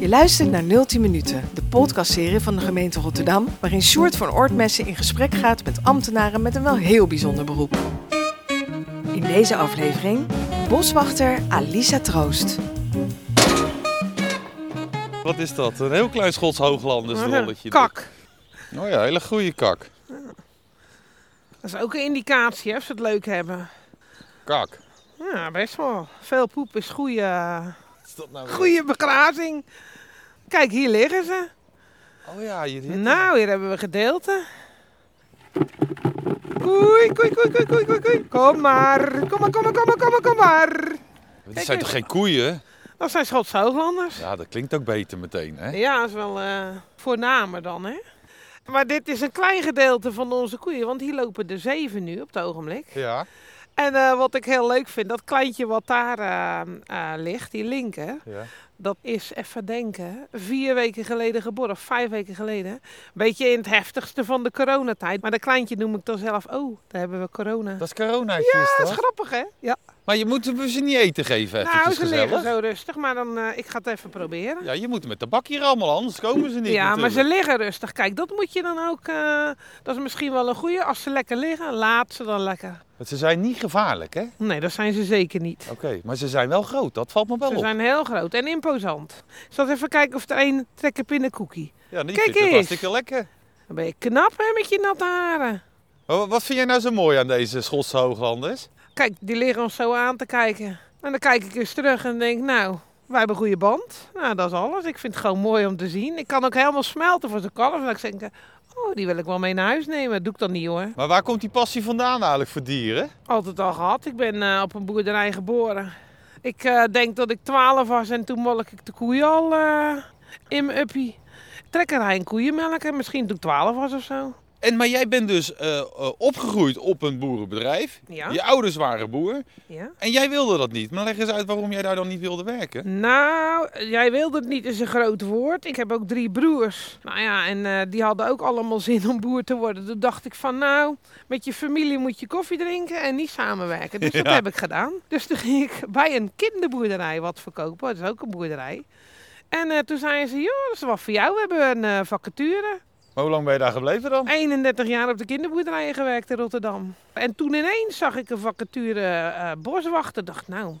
Je luistert naar 010 Minuten, de podcastserie van de gemeente Rotterdam, waarin Sjoerd van Oortmessen in gesprek gaat met ambtenaren met een wel heel bijzonder beroep. In deze aflevering boswachter Alisa Troost. Wat is dat? Een heel klein Schots Hooglanders rolletje. Kak. Nou ja, hele goede kak. Dat is ook een indicatie hè, of ze het leuk hebben. Kak. Ja, best wel. Veel poep is goede, Wat is dat nou weer? goede begrazing. Kijk, hier liggen ze. Oh ja, je dit. Nou, hier hebben we gedeelte. Koei, koei, koei, koei, koei, koei, koei. Kom maar. Kom maar, kom maar, kom maar, kom maar, kom maar. Dit zijn toch geen koeien? Dat zijn Schotse Hooglanders. Ja, dat klinkt ook beter meteen, hè? Ja, dat is wel eh voornamer dan, hè. Maar dit is een klein gedeelte van onze koeien, want hier lopen er zeven nu op het ogenblik. Ja, En eh, wat ik heel leuk vind, dat kleintje wat daar eh, eh, ligt, die linker, ja. dat is even denken. Vier weken geleden geboren, of vijf weken geleden. Beetje in het heftigste van de coronatijd. Maar dat kleintje noem ik dan zelf, oh, daar hebben we corona. Dat is coronaatje, is Dat dat? is grappig, hè? Ja. Maar je moet hem ze niet eten geven, eventjes Nou, ze liggen gezellig. zo rustig, maar dan, eh, ik ga het even proberen. Ja, je moet hem met de bak hier allemaal, anders komen ze niet Ja, maar ze natuurlijk. liggen rustig. Kijk, dat moet je dan ook. eh, dat is misschien wel een goeie. Als ze lekker liggen, laat ze dan lekker. Want ze zijn niet gevaarlijk, hè? Oké, Nee, dat zijn ze zeker niet. maar ze zijn wel groot, dat valt me wel Ze op. zijn heel groot en imposant. Ik zal eens even kijken of er één trekker binnen cookie. Ja, die Kijk vindt het eens. hartstikke lekker. Dan ben je knap hè, met je natte haren. Oh, wat vind jij nou zo mooi aan deze Schotse Hooglanders? Kijk, die liggen ons zo aan te kijken. En dan kijk ik eens terug en denk, nou, wij hebben een goede band. Nou, dat is alles. Ik vind het gewoon mooi om te zien. Ik kan ook helemaal smelten voor zo'n kalf. Dat ik denk, oh, die wil ik wel mee naar huis nemen. Dat doe ik dan niet hoor. Maar waar komt die passie vandaan eigenlijk voor dieren? Altijd al gehad. Ik ben eh, op een boerderij geboren. Ik eh, denk dat ik 12 was en toen molk ik de koeien al eh, in mijn uppie. Trekkerij en koeienmelken, misschien toen ik 12 was of zo. En, maar jij bent dus eh, eh, opgegroeid op een boerenbedrijf. Ja. Je ouders waren boer. Ja. En jij wilde dat niet. Maar leg eens uit waarom jij daar dan niet wilde werken. Nou, jij wilde het niet is een groot woord. Ik heb ook drie broers. Nou ja, en eh, die hadden ook allemaal zin om boer te worden. Toen dacht ik van nou, met je familie moet je koffie drinken en niet samenwerken. Dus dat Ja. heb ik gedaan. Dus toen ging ik bij een kinderboerderij wat verkopen. Dat is ook een boerderij. En eh, toen zeiden ze, joh, dat is wat voor jou. We hebben een eh, vacature. Maar hoe lang ben je daar gebleven dan? 31 jaar op de kinderboerderijen gewerkt in Rotterdam. En toen ineens zag ik een vacature eh, boswachter. Dacht nou,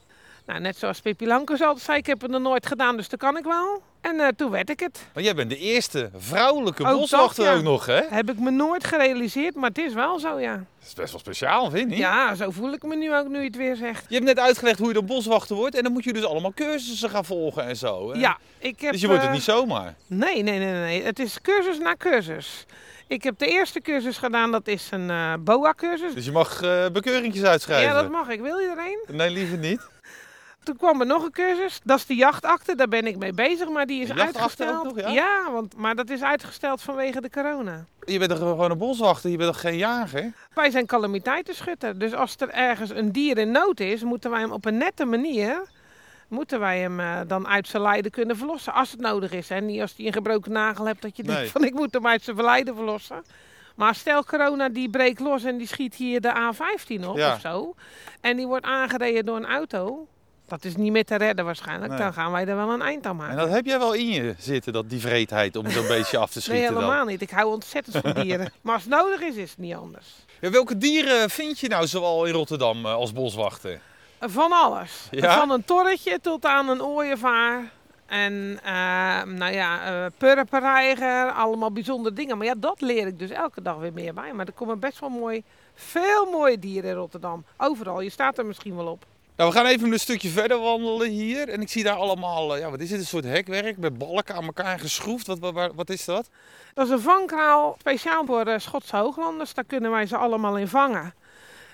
nou, net zoals Pippi Lankers altijd zei, ik heb het nog nooit gedaan, dus dat kan ik wel. En eh, toen werd ik het. Maar jij bent de eerste vrouwelijke Ook Oh, dat, boswachter ja. ook nog, hè? Dat Heb ik me nooit gerealiseerd, maar het is wel zo, ja. is best wel speciaal, vind je niet? Ja, zo voel ik me nu ook, nu je het weer zegt. Je hebt net uitgelegd hoe je dan boswachter wordt. En dan moet je dus allemaal cursussen gaan volgen en zo. Hè? Ja, ik heb... Dus je wordt het eh, niet zomaar. Nee, nee, nee, nee. Het is cursus na cursus. Ik heb de eerste cursus gedaan, dat is een eh, BOA-cursus. Dus je mag eh bekeuringjes uitschrijven. Ja, dat mag ik. Wil je er een? Nee, liever niet. Toen kwam er nog een cursus, dat is de jachtakte, daar ben ik mee bezig, maar die is De jachtakte uitgesteld. ook nog, ja? want, maar dat is uitgesteld vanwege de corona. Je bent toch gewoon een boswachter? Je bent toch geen jager? Wij zijn calamiteitenschutter, dus als er ergens een dier in nood is, moeten wij hem op een nette manier moeten wij hem eh, dan uit zijn lijden kunnen verlossen. Als het nodig is, hè? niet als hij een gebroken nagel hebt dat je Nee. denkt van ik moet hem uit zijn lijden verlossen. Maar stel corona die breekt los en die schiet hier de A15 op Ja. of zo. En die wordt aangereden door een auto. Dat is niet meer te redden waarschijnlijk. Nee. Dan gaan wij er wel een eind aan maken. En dat heb jij wel in je zitten, dat, die vreedheid om zo'n beetje af te Nee, schieten dan. helemaal niet. Ik hou ontzettend van dieren. maar als het nodig is, is het niet anders. Ja, welke dieren vind je nou zoal in Rotterdam eh, als boswachter? Van alles. Ja? Van een torretje tot aan een ooievaar. En eh, nou ja, eh purperreiger, allemaal bijzondere dingen. Maar ja, dat leer ik dus elke dag weer meer bij. Maar er komen best wel mooi, veel mooie dieren in Rotterdam. Overal, je staat er misschien wel op. Nou, we gaan even een stukje verder wandelen hier. En ik zie daar allemaal, eh, ja, wat is dit, een soort hekwerk met balken aan elkaar geschroefd. Wat, wat, wat- wat is dat? Dat is een vangkraal speciaal voor eh, Schotse hooglanders. Daar kunnen wij ze allemaal in vangen.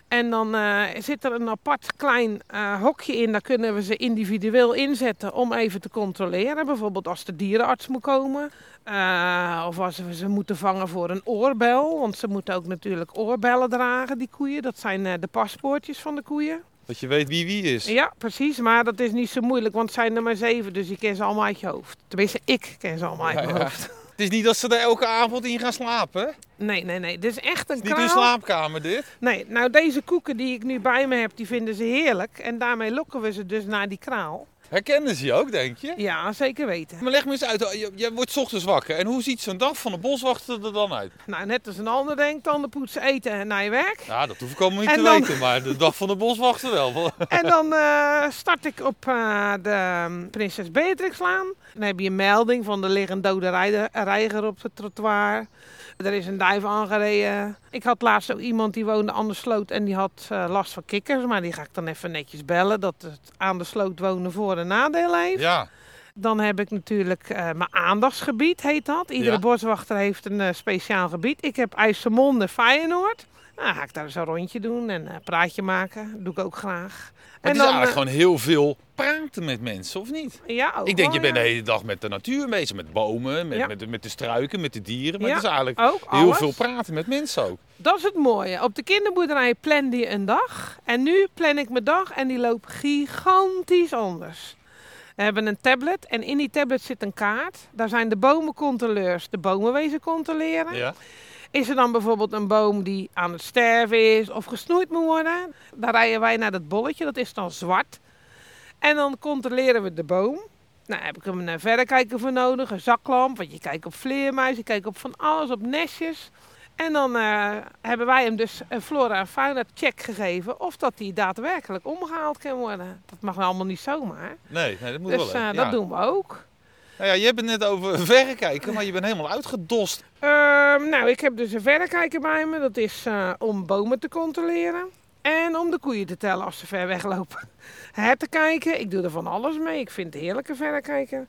En dan eh, zit er een apart klein eh, hokje in. Daar kunnen we ze individueel inzetten om even te controleren. Bijvoorbeeld als de dierenarts moet komen. Eh, of als we ze moeten vangen voor een oorbel. Want ze moeten ook natuurlijk oorbellen dragen, die koeien. Dat zijn eh, de paspoortjes van de koeien. Dat je weet wie wie is. Ja, precies. Maar dat is niet zo moeilijk, want het zijn er maar zeven. Dus je kent ze allemaal uit je hoofd. Tenminste, ik ken ze allemaal uit Ja, mijn ja. hoofd. Het is niet dat ze daar elke avond in gaan slapen. Het Nee, nee, nee. Dit is echt een is dus niet hun kraal. slaapkamer dit. Nee, nou deze koeken die ik nu bij me heb, die vinden ze heerlijk. En daarmee lokken we ze dus naar die kraal. Herkennen ze je ook, denk je? Ja, zeker weten. Maar leg me eens uit, oh, je, je wordt 's ochtends wakker. En hoe ziet zo'n dag van de boswachter er dan uit? Nou, net als een ander denkt, tanden poetsen, eten en naar je werk. Ja, Nou, dat hoef ik allemaal niet En te dan- weten, maar de dag van de boswachter wel. En dan eh, start ik op eh, de ehm, Prinses Beatrixlaan. Dan heb je een melding van er ligt een dode rijder- reiger op het trottoir. Er is een duif aangereden. Ik had laatst ook iemand die woonde aan de sloot en die had eh, last van kikkers. Maar die ga ik dan even netjes bellen dat het aan de sloot wonen voor- en nadelen heeft. Ja, Dan heb ik natuurlijk eh, mijn aandachtsgebied, heet dat. Iedere Ja. boswachter heeft een eh, speciaal gebied. Ik heb IJsselmonde, Feyenoord. Nou, ga ik daar eens een rondje doen en een praatje maken. doe ik ook graag. maar en het is eh, eigenlijk gewoon heel veel praten met mensen, of niet? Ja, ook Ik denk, je wel, bent de ja. hele dag met de natuur bezig, met bomen, met, Ja. met, de- met de struiken, met de dieren. Maar Ja. het is eigenlijk Ook heel alles. veel praten met mensen ook. Dat is het mooie. Op de kinderboerderij plande je een dag. En nu plan ik mijn dag en die loopt gigantisch anders. We hebben een tablet en in die tablet zit een kaart. Daar zijn de bomencontroleurs de bomenwezen controleren. Ja. Is er dan bijvoorbeeld een boom die aan het sterven is of gesnoeid moet worden? Dan rijden wij naar dat bolletje, dat is dan zwart. En dan controleren we de boom. Nou, heb ik hem een verrekijker voor nodig, een zaklamp, want je kijkt op vleermuizen, je kijkt op van alles, op nestjes. En dan eh, hebben wij hem dus een flora en fauna check gegeven of dat die daadwerkelijk omgehaald kan worden. Dat mag nou allemaal niet zomaar. Nee, nee, dat moet wel. Dus eh, hè? dat Ja. doen we ook. Nou ja, je hebt het net over verrekijken, maar je bent helemaal uitgedost. Ehm, nou, ik heb dus een verrekijker bij me. Dat is eh, om bomen te controleren. En om de koeien te tellen als ze ver weglopen. Herten kijken. Ik doe er van alles mee. Ik vind het heerlijke verrekijker.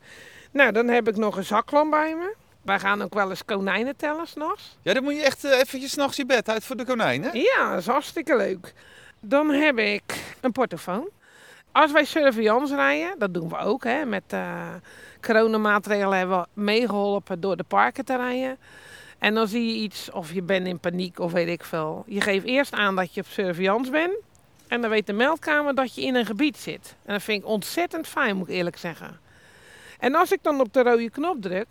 Nou, dan heb ik nog een zaklamp bij me. Wij gaan ook wel eens konijnen tellen s'nachts. Ja, dan moet je echt eh, eventjes s'nachts je bed uit voor de konijnen. Ja, dat is hartstikke leuk. Dan heb ik een portofoon. Als wij surveillance rijden, dat doen we ook. Hè, met eh coronamaatregelen hebben we meegeholpen door de parken te rijden. En dan zie je iets, of je bent in paniek of weet ik veel. Je geeft eerst aan dat je op surveillance bent. En dan weet de meldkamer dat je in een gebied zit. En dat vind ik ontzettend fijn, moet ik eerlijk zeggen. En als ik dan op de rode knop druk,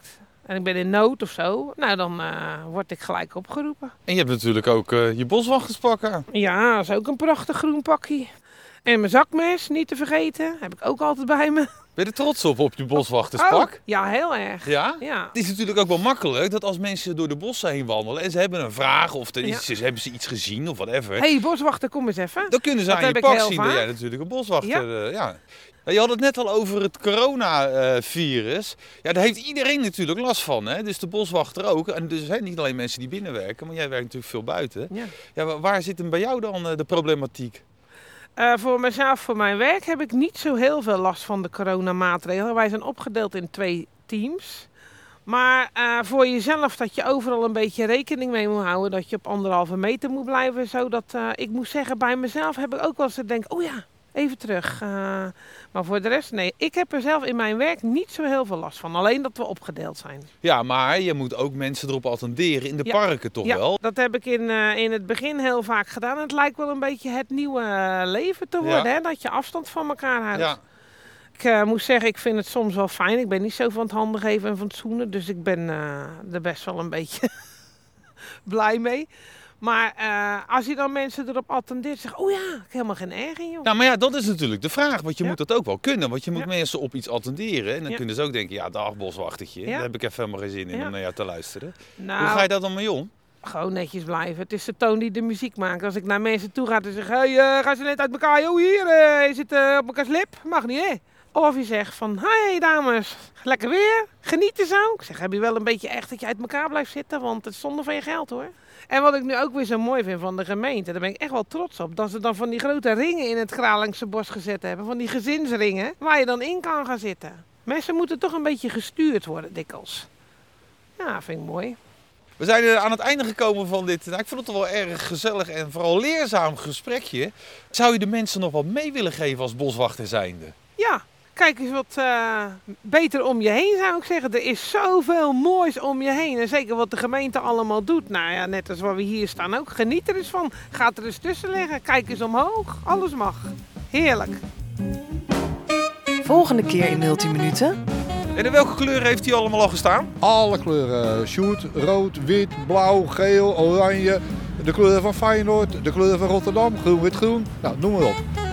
en ik ben in nood of zo, nou dan eh, word ik gelijk opgeroepen. En je hebt natuurlijk ook eh, je boswachterspak aan. Ja, dat is ook een prachtig groen pakje. En mijn zakmes, niet te vergeten. Heb ik ook altijd bij me. Ben je er trots op, op je boswachterspak? Oh, ja, heel erg. Ja? Ja. Het is natuurlijk ook wel makkelijk dat als mensen door de bossen heen wandelen en ze hebben een vraag of er is, ze hebben ze iets gezien of whatever. hey, boswachter, kom eens even. Dan kunnen ze Dat aan je heb ik pak heel zien dat vaak. jij natuurlijk een boswachter eh, ja. Ja, Je had het net al over het coronavirus. Ja, daar heeft iedereen natuurlijk last van. Hè? Dus de boswachter ook. En dus hè, niet alleen mensen die binnenwerken, maar jij werkt natuurlijk veel buiten. Ja. Ja, wa- waar zit hem bij jou dan eh, de problematiek? Eh, voor mezelf, voor mijn werk, heb ik niet zo heel veel last van de coronamaatregelen. Wij zijn opgedeeld in twee teams. Maar eh, voor jezelf dat je overal een beetje rekening mee moet houden. Dat je op anderhalve meter moet blijven. Zodat eh, ik moet zeggen, bij mezelf heb ik ook wel eens te denken, oh ja, even terug. Eh, maar voor de rest, nee. Ik heb er zelf in mijn werk niet zo heel veel last van. Alleen dat we opgedeeld zijn. Ja, maar je moet ook mensen erop attenderen in de Ja. parken toch Ja, Oh, wel? dat heb ik in, eh, in het begin heel vaak gedaan. Het lijkt wel een beetje het nieuwe eh, leven te Ja. worden. Hè? Dat je afstand van elkaar houdt. Ja. Ik eh, moet zeggen, ik vind het soms wel fijn. Ik ben niet zo van het handen geven en van het zoenen. Dus ik ben eh, er best wel een beetje blij mee. Maar eh, als je dan mensen erop attendeert, zeg oh ja, ik heb helemaal geen erg in, joh. Nou, maar ja, dat is natuurlijk de vraag. Want je Ja. moet dat ook wel kunnen. Want je moet Ja. mensen op iets attenderen. En dan Ja. kunnen ze ook denken, ja, dag boswachtertje. Ja. Daar heb ik even helemaal geen zin in Ja. om naar jou te luisteren. Nou, Hoe ga je daar dan mee om? gewoon netjes blijven. Het is de toon die de muziek maakt. Als ik naar mensen toe ga, dan zeg ik, hey, eh, gaan ze net uit elkaar? Joh, hier, eh, je zit eh, op elkaars lip. Mag niet, hè? Of je zegt van, hey dames, lekker weer, genieten zo. Ik zeg, heb je wel een beetje echt dat je uit elkaar blijft zitten, want het is zonde van je geld hoor. En wat ik nu ook weer zo mooi vind van de gemeente, daar ben ik echt wel trots op, dat ze dan van die grote ringen in het Kralingse bos gezet hebben, van die gezinsringen, waar je dan in kan gaan zitten. Mensen moeten toch een beetje gestuurd worden, dikwijls. Ja, vind ik mooi. We zijn eh, aan het einde gekomen van dit. Nou, ik vond het wel erg gezellig en vooral leerzaam gesprekje. Zou je de mensen nog wat mee willen geven als boswachter zijnde? Ja, kijk eens wat eh, beter om je heen zou ik zeggen. Er is zoveel moois om je heen. En zeker wat de gemeente allemaal doet. Nou ja, net als waar we hier staan ook. Geniet er eens van. Ga er eens tussen liggen. Kijk eens omhoog. Alles mag. Heerlijk. Volgende keer in 010 minuten. En in welke kleur heeft hij allemaal al gestaan? Alle kleuren. Shoot, rood, wit, blauw, geel, oranje. De kleuren van Feyenoord, de kleuren van Rotterdam, groen, wit, groen. Nou, noem maar op.